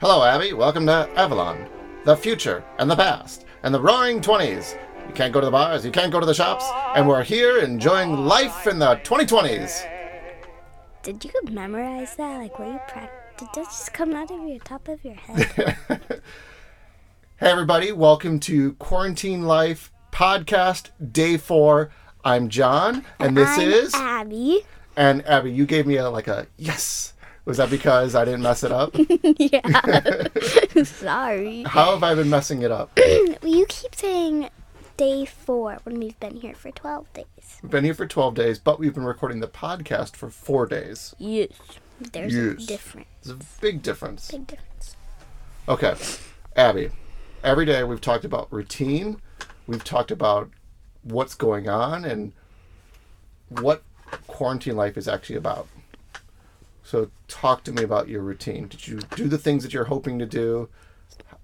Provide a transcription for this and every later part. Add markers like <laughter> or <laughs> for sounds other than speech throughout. Hello, Abby. Welcome to Avalon, the future and the past and the roaring 20s. You can't go to the bars, you can't go to the shops, and we're here enjoying life in the 2020s. Did you memorize that? Like, were you practiced? Did that just come out of your top of your head? Hey, everybody. Welcome to Quarantine Life Podcast Day 4. I'm John, and <laughs> this I'm is. Abby. And Abby, you gave me a like a yes. Was that because I didn't mess it up? yeah. <laughs> Sorry. <laughs> How have I been messing it up? You keep saying day four when we've been here for 12 days. We've been here for 12 days, but we've been recording the podcast for four days. Yes. There's Yes. a different It's a big difference. big difference. Okay, Abby, every day we've talked about routine, we've talked about what's going on and what quarantine life is actually about. So, talk to me about your routine. Did you do the things that you're hoping to do?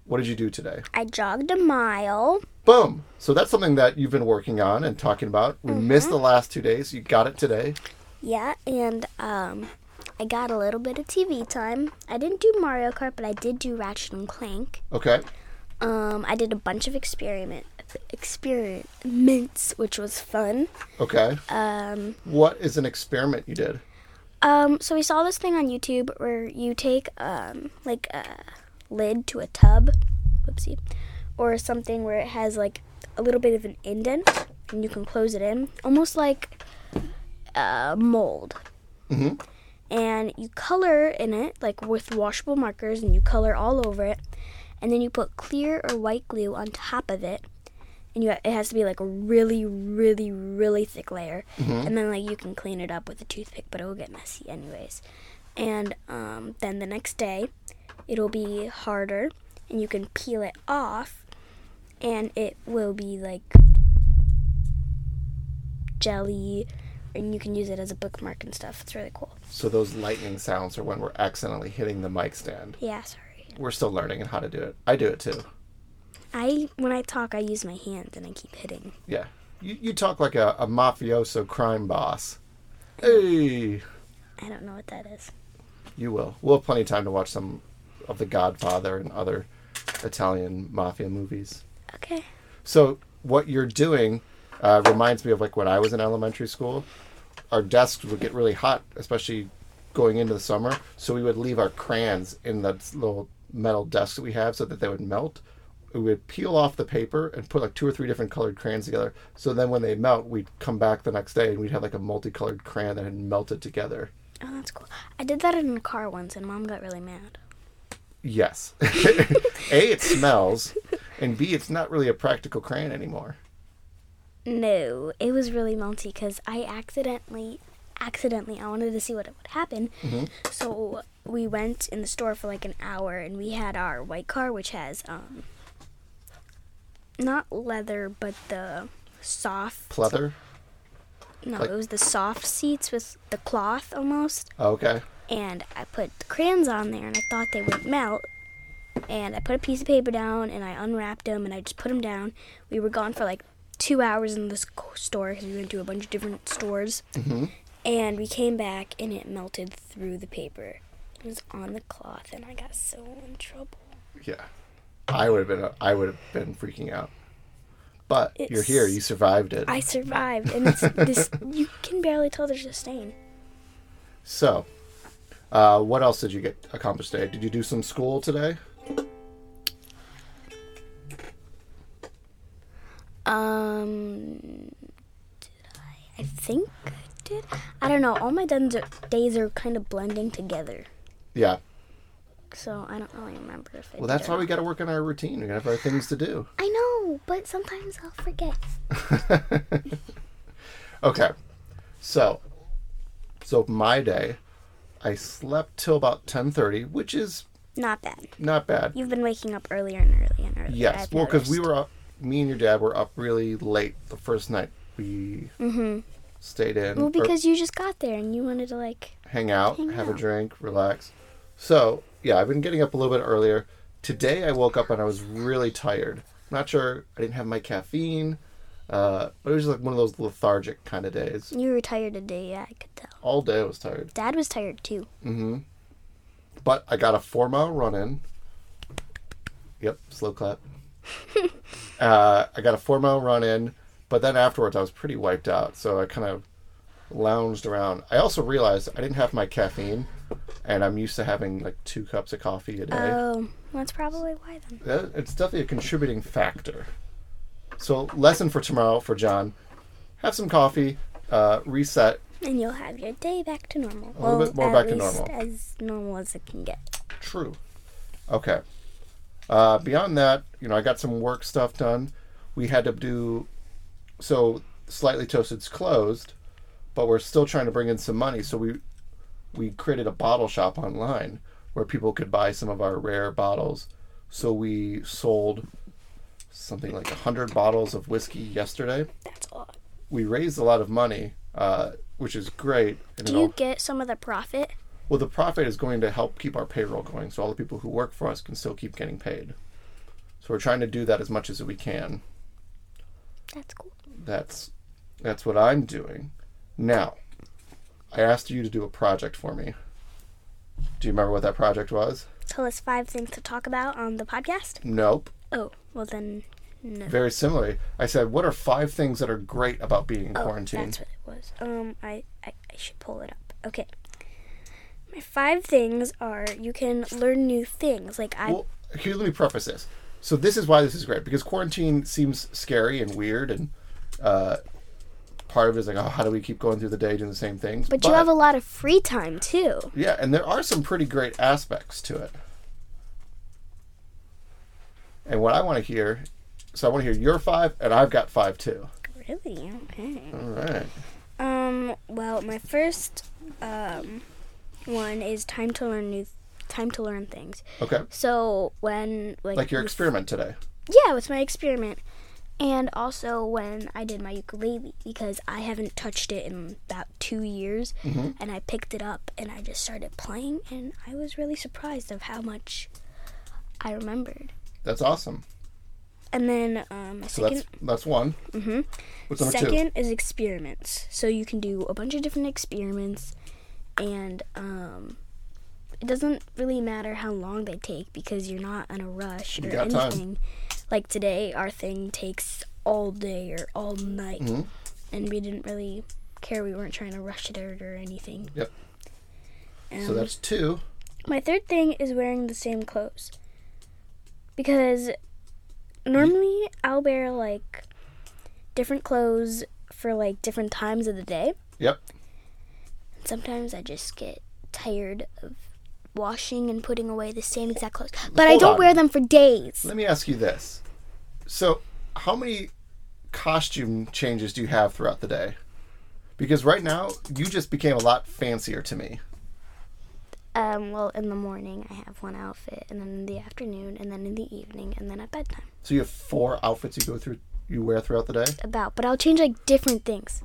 What did you do today? I jogged a mile. Boom! So, that's something that you've been working on and talking about. We missed the last two days. You got it today. Yeah, and um, I got a little bit of TV time. I didn't do Mario Kart, but I did do Ratchet and Clank. Okay. Um, I did a bunch of experiment experiments, which was fun. Okay. Um, What is an experiment you did? um, so we saw this thing on YouTube where you take um like a lid to a tub, whoopsie, or something where it has like a little bit of an indent, and you can close it in, almost like a mold. Mhm. And you color in it like with washable markers, and you color all over it, and then you put clear or white glue on top of it, and you it has to be like a really really really thick layer and then like you can clean it up with a toothpick but it will get messy anyways and um, then the next day it'll be harder and you can peel it off and it will be like jelly and you can use it as a bookmark and stuff it's really cool So, those lightning sounds are when we're accidentally hitting the mic stand. yeah sorry We're still learning how to do it. I do it too. i when i talk i use my hands and i keep hitting Yeah. You, you talk like a, a mafioso crime boss. Hey, i don't know what that is you will. We'll have plenty of time to watch some of The Godfather and other Italian mafia movies. okay So, what you're doing uh, reminds me of like when I was in elementary school. Our desks would get really hot, especially going into the summer. So, we would leave our crayons in the little metal desks that we have so that they would melt. We would peel off the paper and put like two or three different colored crayons together. So then, when they melt, we'd come back the next day and we'd have like a multicolored crayon that had melted together. Oh, that's cool. I did that in a car once, and mom got really mad. Yes. <laughs> a, it smells, and B, it's not really a practical crayon anymore. No, it was really melty because I accidentally, accidentally, I wanted to see what would happen. So we went in the store for like an hour, and we had our white car, which has um, not leather, but the soft. Pleather? No, like- it was the soft seats with the cloth almost. Okay. and I put the crayons on there, and I thought they would melt. And I put a piece of paper down, and I unwrapped them, and I just put them down. We were gone for like two hours in this co- store because we went to a bunch of different stores, and we came back, and it melted through the paper. It was on the cloth, and I got so in trouble. Yeah, I would have been. I would have been freaking out. But you're It's- here. You survived it. I survived, and it's this. You can barely tell there's a stain. so, uh, what else did you get accomplished today? Did you do some school today? Um, did I? I think I did. I don't know. All my duns are, days are kind of blending together, Yeah. so I don't really remember if I. Well, that's did or why we got to work on our routine. We got to have our things to do. not. I know, but sometimes I'll forget. Okay. So, so my day, I slept till about ten thirty, which is Not bad. not bad. You've been waking up earlier and earlier and earlier. Yes, I've well, because we noticed. were up. Me and your dad were up really late the first night we stayed in. Er, Mm-hmm. Well, or- because you just got there and you wanted to like. hang out, Hang have a out. drink, relax. So, yeah, I've been getting up a little bit earlier. Today I woke up and I was really tired. Not sure, I didn't have my caffeine, uh, but it was just like one of those lethargic kind of days. You were tired today. Yeah, I could tell. All day I was tired. Dad was tired too. But I got a four mile run in, Yep, slow clap. uh, I got a four mile run in, but then afterwards I was pretty wiped out, so I kind of lounged around. I also realized I didn't have my caffeine, and I'm used to having like two cups of coffee a day. Oh, that's probably why then. That- it's definitely a contributing factor. So, lesson for tomorrow for John: have some coffee, uh, reset. And you'll have your day back to normal. little bit more at back to least normal. As normal as it can get. True. Okay. Uh, beyond that, you know, I got some work stuff done. We had to do so slightly toasted's closed, but we're still trying to bring in some money. So we we created a bottle shop online where people could buy some of our rare bottles. So we sold something like hundred bottles of whiskey yesterday. That's a lot. We raised a lot of money, uh, which is great. And Do it all- you get some of the profit? well, the profit is going to help keep our payroll going, so all the people who work for us can still keep getting paid. So we're trying to do that as much as we can. That's cool. That's that's what I'm doing. Now, I asked you to do a project for me. Do you remember what that project was? Tell us five things to talk about on the podcast. Nope. Oh, well then, no. Very similarly, I said, "What are five things that are great about being in Oh, quarantine?" That's what it was. Um, I, I, I should pull it up. Okay. My five things are you can learn new things. Like I, Well, here, let me preface this. So this is why this is great because quarantine seems scary and weird, and uh, part of it is like, oh, how do we keep going through the day doing the same things? but you have a lot of free time too. yeah, and there are some pretty great aspects to it. And what I want to hear, so I want to hear your five, and I've got five too. Really? Okay. All right. Um. Well, my first um one is time to learn new time to learn things. Okay. So when like, Like your you- experiment today. yeah, it's my experiment, and also when I did my ukulele because I haven't touched it in about two years, Mm-hmm. and I picked it up and I just started playing, and I was really surprised of how much I remembered. That's awesome. And then um, my So second that's that's one. Mm-hmm. What's number two? Second is experiments. So you can do a bunch of different experiments, and um, it doesn't really matter how long they take because you're not in a rush or got time. anything. Like today, our thing takes all day or all night, Mm-hmm. and we didn't really care. We weren't trying to rush it out or anything. Yep. Um, So that's two. my third thing is wearing the same clothes. Because normally I'll wear like different clothes for like different times of the day. Yep. Sometimes I just get tired of washing and putting away the same exact clothes. But I Hold don't on. wear them for days. Let me ask you this. So, how many costume changes do you have throughout the day? Because right now, you just became a lot fancier to me. Um, well, in the morning I have one outfit, and then in the afternoon, and then in the evening, and then at bedtime. So, you have four outfits you go through, you wear throughout the day? About, but I'll change like different things.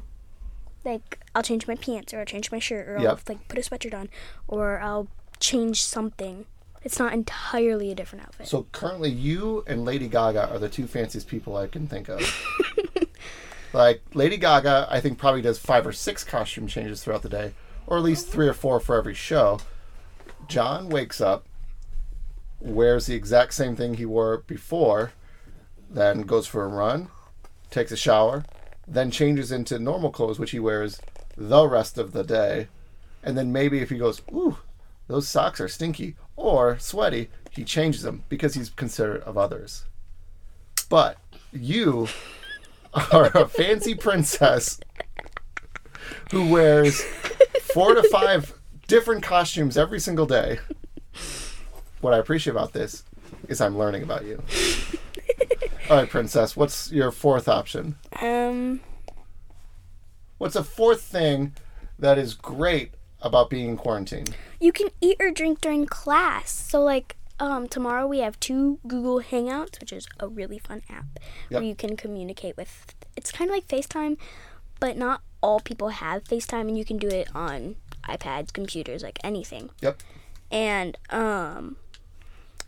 Like I'll change my pants, or I'll change my shirt, or I'll Yep. like put a sweatshirt on, or I'll change something. It's not entirely a different outfit. So, currently, you and Lady Gaga are the two fanciest people I can think of. like, Lady Gaga, I think, probably does five or six costume changes throughout the day, or at least three or four for every show. John wakes up, wears the exact same thing he wore before, then goes for a run, takes a shower, then changes into normal clothes, which he wears the rest of the day. And then maybe if he goes, ooh, those socks are stinky or sweaty, he changes them because he's considerate of others. But you are a fancy princess who wears four to five different costumes every single day. What I appreciate about this is I'm learning about you. All right, princess, what's your fourth option? Um, What's a fourth thing that is great about being in quarantine? you can eat or drink during class. So like, um, tomorrow we have two Google Hangouts, which is a really fun app where Yep. you can communicate with. It's kind of like FaceTime, but not all people have FaceTime, and you can do it on iPads, computers, like anything. Yep. and um,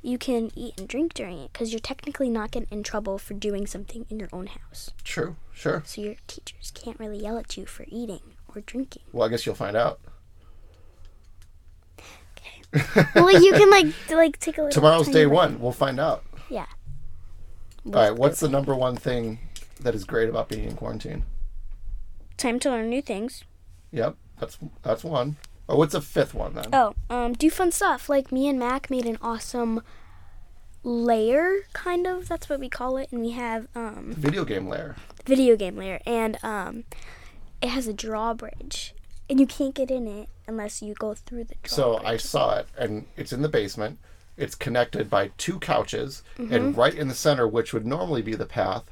you can eat and drink during it because you're technically not getting in trouble for doing something in your own house. True. Sure. So your teachers can't really yell at you for eating or drinking. Well, I guess you'll find out. <laughs> well, you can like d- like take a little. Tomorrow's <laughs> tiny day break. one. We'll find out. Yeah, All right, what's the number one thing that is great about being in quarantine? Time to learn new things. Yep, that's that's one. Or what's a fifth one then? Oh, um, do fun stuff. Like me and Mac made an awesome layer, kind of. That's what we call it. And we have um, Video game layer. video game layer, and um, it has a drawbridge, and you can't get in it unless you go through the drawbridge. So I saw it, and it's in the basement. It's connected by two couches, and right in the center, which would normally be the path,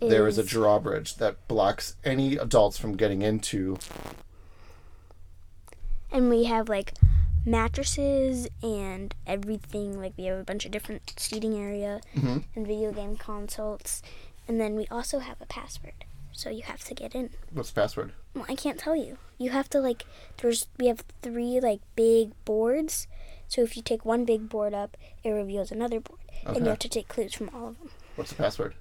there is a drawbridge that blocks any adults from getting into. and we have like mattresses and everything like we have a bunch of different seating area and video game consoles and then we also have a password so you have to get in What's the password? well, i can't tell you you have to like there's we have three like big boards so if you take one big board up it reveals another board and Okay. you have to take clues from all of them What's the password?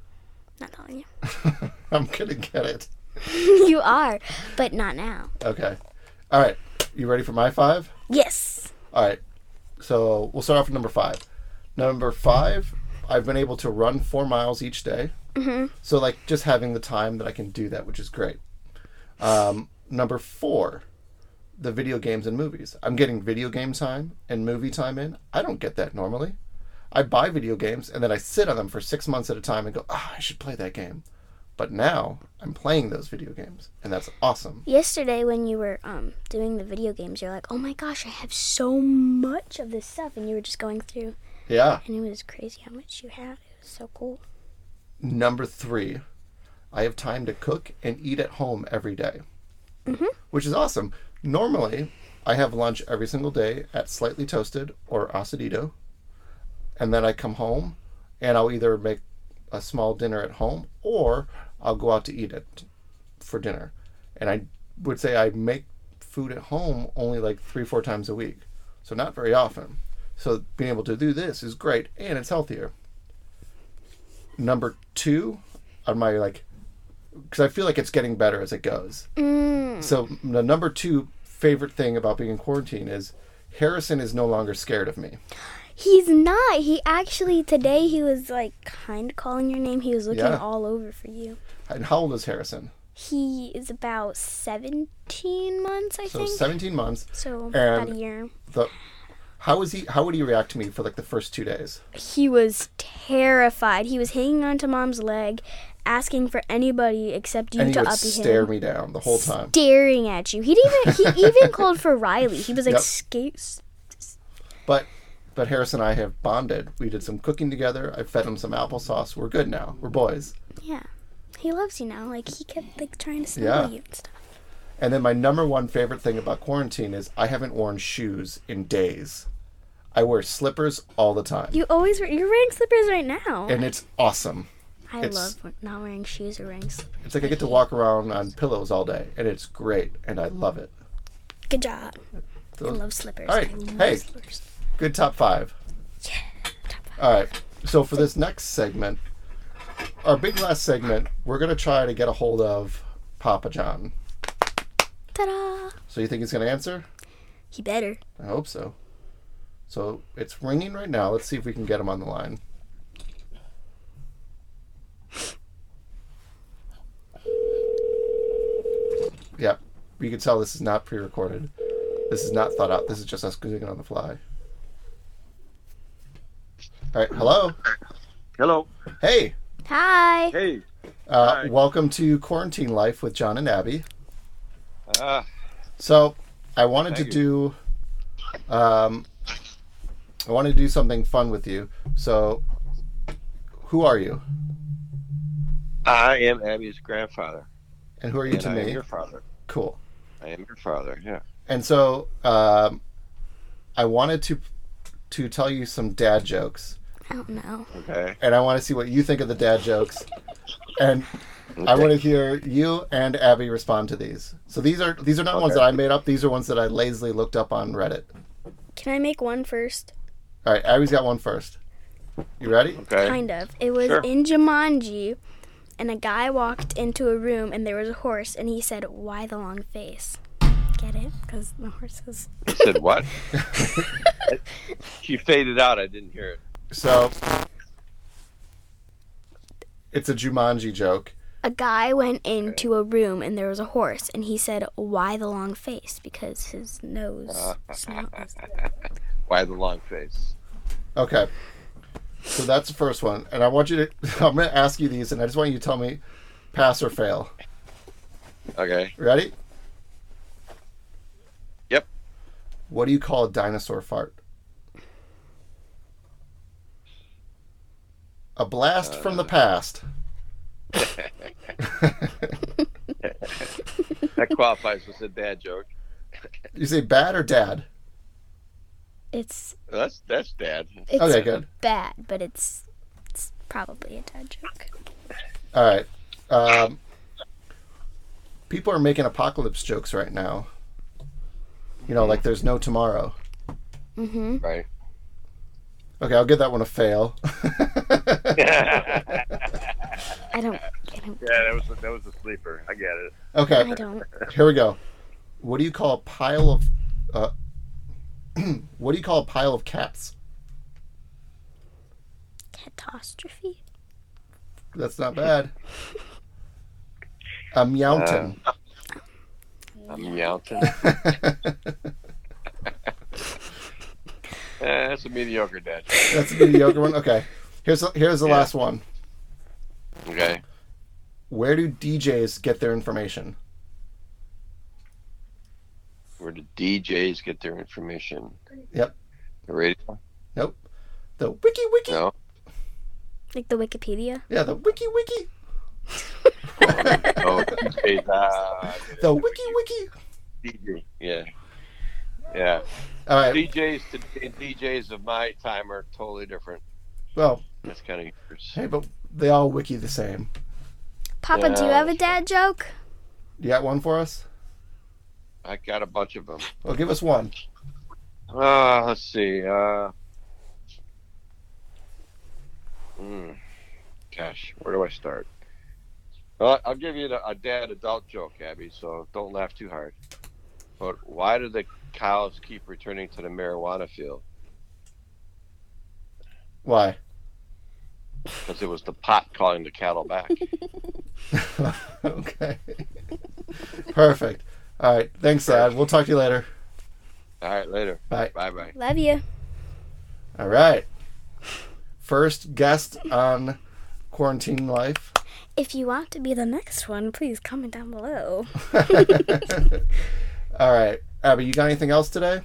not telling you <laughs> <laughs> I'm gonna get it. you are but not now Okay. All right. You ready for my five? yes All right. So we'll start off with number five. Number five, I've been able to run four miles each day. Mm-hmm. So, like, just having the time that I can do that, which is great. Um, number four, the video games and movies. I'm getting video game time and movie time in. I don't get that normally. I buy video games and then I sit on them for six months at a time and go, ah, I should play that game. But now I'm playing those video games, and that's awesome. Yesterday, when you were um, doing the video games, you're like, "Oh my gosh, I have so much of this stuff," and you were just going through, Yeah. and it was crazy how much you had. It was so cool. Number three, I have time to cook and eat at home every day, which is awesome. Normally, I have lunch every single day at Slightly Toasted or Asadito, and then I come home and I'll either make a small dinner at home or I'll go out to eat it for dinner. And I would say I make food at home only like three, four times a week, so not very often. So being able to do this is great and it's healthier number two on my like because I feel like it's getting better as it goes. Mm. So the number two favorite thing about being in quarantine is Harrison is no longer scared of me. He's not. He actually today he was like kind of calling your name. He was looking Yeah. all over for you. And how old is Harrison? He is about 17 months, I So think. 17 months. so about a and- year. The how is he? How would he react to me for like the first two days? He was terrified. He was hanging onto mom's leg, asking for anybody except you And he to would uppy him. stare me down the whole time. staring at you. He didn't even he <laughs> even called for Riley. He was like Yep. skate But but Harrison and I have bonded. We did some cooking together. I fed him some applesauce. We're good now. We're boys. Yeah. He loves you now. Like he kept like trying to snuggle Yeah. you and stuff. And then my number one favorite thing about quarantine is I haven't worn shoes in days. I wear slippers all the time. You always wear you're wearing slippers right now. and it's awesome. I it's- love we- not wearing shoes or wearing slippers. It's like I get to walk around on pillows all day and it's great and I love it. Good job. I So, love slippers. All right. I love Hey. slippers. good top five. All right. So for this next segment, our big last segment, we're going to try to get a hold of Papa John. Ta-da. So you think he's going to answer? He better. I hope so. So it's ringing right now. Let's see if we can get him on the line. Yep. You can tell this is not pre recorded. This is not thought out. This is just us doing it on the fly. All right. Hello. Hello. Hey. Hi. Hey. Uh, Hi. welcome to Quarantine Life with John and Abby. Uh, So I wanted Thank to do, um, I wanted to do something fun with you. So, who are you, I am Abby's grandfather. and who are you And to I am me? your father. Cool. I am your father, yeah. And so, um, I wanted to to tell you some dad jokes, I don't know. Okay. and I want to see what you think of the dad jokes, and I Okay. want to hear you and Abby respond to these. So these are these are not ones Okay. that I made up. These are ones that I lazily looked up on Reddit. Can I make one first? All right, Abby's got one first. You ready? Okay. Kind of. It was Sure. in Jumanji, and a guy walked into a room, and there was a horse, and he said, "Why the long face?" Get it? Because the horse is. I said what? she faded out. I didn't hear it. So It's a Jumanji joke. A guy went into a room and there was a horse, and he said, "Why the long face?" Because his nose <laughs> snout was Why the long face? Okay. So that's the first one, and I want you to. <laughs> I'm going to ask you these, and I just want you to tell me, pass or fail. Okay. Ready? Yep. What do you call a dinosaur fart? A blast from the past. That qualifies as a dad joke. you say bad or dad? It's That's that's dad. it's Okay, good. bad, but it's it's probably a dad joke. All right. Um, people are making apocalypse jokes right now. You know, like there's no tomorrow. Mm-hmm. Right. <laughs> Okay, I'll give that one a fail. <laughs> yeah, I don't. I don't. that was a, that was a sleeper. I get it. okay, I <laughs> don't. here we go. What do you call a pile of? Uh, <clears throat> what do you call a pile of cats? Catastrophe. That's not bad. A mountain. Uh. I'm <laughs> yelping. Eh, that's a mediocre dad joke. That's a mediocre one. Okay, here's here's the Yeah. last one. Okay. Where do DJs get their information? Where do DJs get their information? Yep. The radio? Nope. The wiki wiki. No. Like the Wikipedia. Yeah, the wiki wiki. Oh, DJs. Ah, The wiki wiki. DJ. Yeah. Yeah. All right. DJs to DJs of my time are totally different. Well, That's kind of hey, but they all wiki the same. Papa, do you have a Yeah. dad joke? You got one for us? I got a bunch of them. Well, give us one. Uh, let's see. Uh, mm, gosh, where do I start? Well, I'll give you a, a dad adult joke, Abby, so don't laugh too hard. But why do the cows keep returning to the marijuana field? Why? <laughs> Because it was the pot calling the cattle back. okay. Perfect. All right. Thanks, Dad. We'll talk to you later. All right, later. Bye. Bye bye. Love you. All right. First guest on quarantine life. <laughs> If you want to be the next one, please comment down below. All right. Abby, you got anything else today?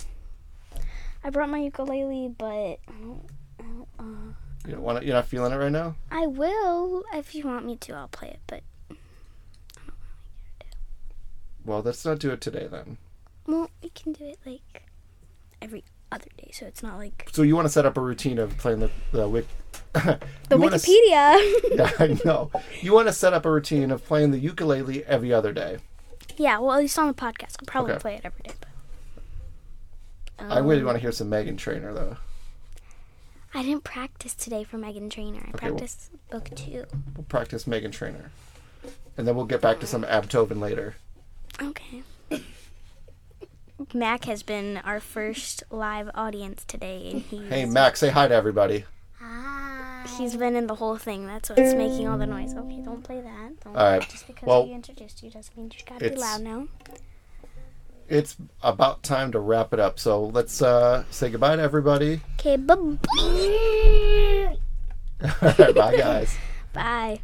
I brought my ukulele, but I don't. I don't, uh, You don't want to, you're not feeling it right now? I will if you want me to. I'll play it, but Well, let's not do it today then. well, we can do it like every other day, so it's not like So you want to set up a routine of playing the, the <laughs> wik- the You wanna s- Wikipedia. <laughs> Yeah, <laughs> I know. You want to set up a routine of playing the ukulele every other day. yeah, well, at least on the podcast, I'll probably Okay. play it every day. But, I really want to hear some Megan Trainer though. I didn't practice today for Megan Trainer. I well- practiced book two. We'll practice Megan Trainer, and then we'll get back to some Abtobin later. Okay. <laughs> Mac has been our first live audience today, and he's Hey, Max, say hi to everybody. He's been in the whole thing. That's what's making all the noise. Okay, don't play that. Don't, All right. Just because Well, we introduced you doesn't mean you gotta be it's- loud now. It's about time to wrap it up, so let's uh, say goodbye to everybody. <laughs> Okay, bye. All right, bye, guys. Bye.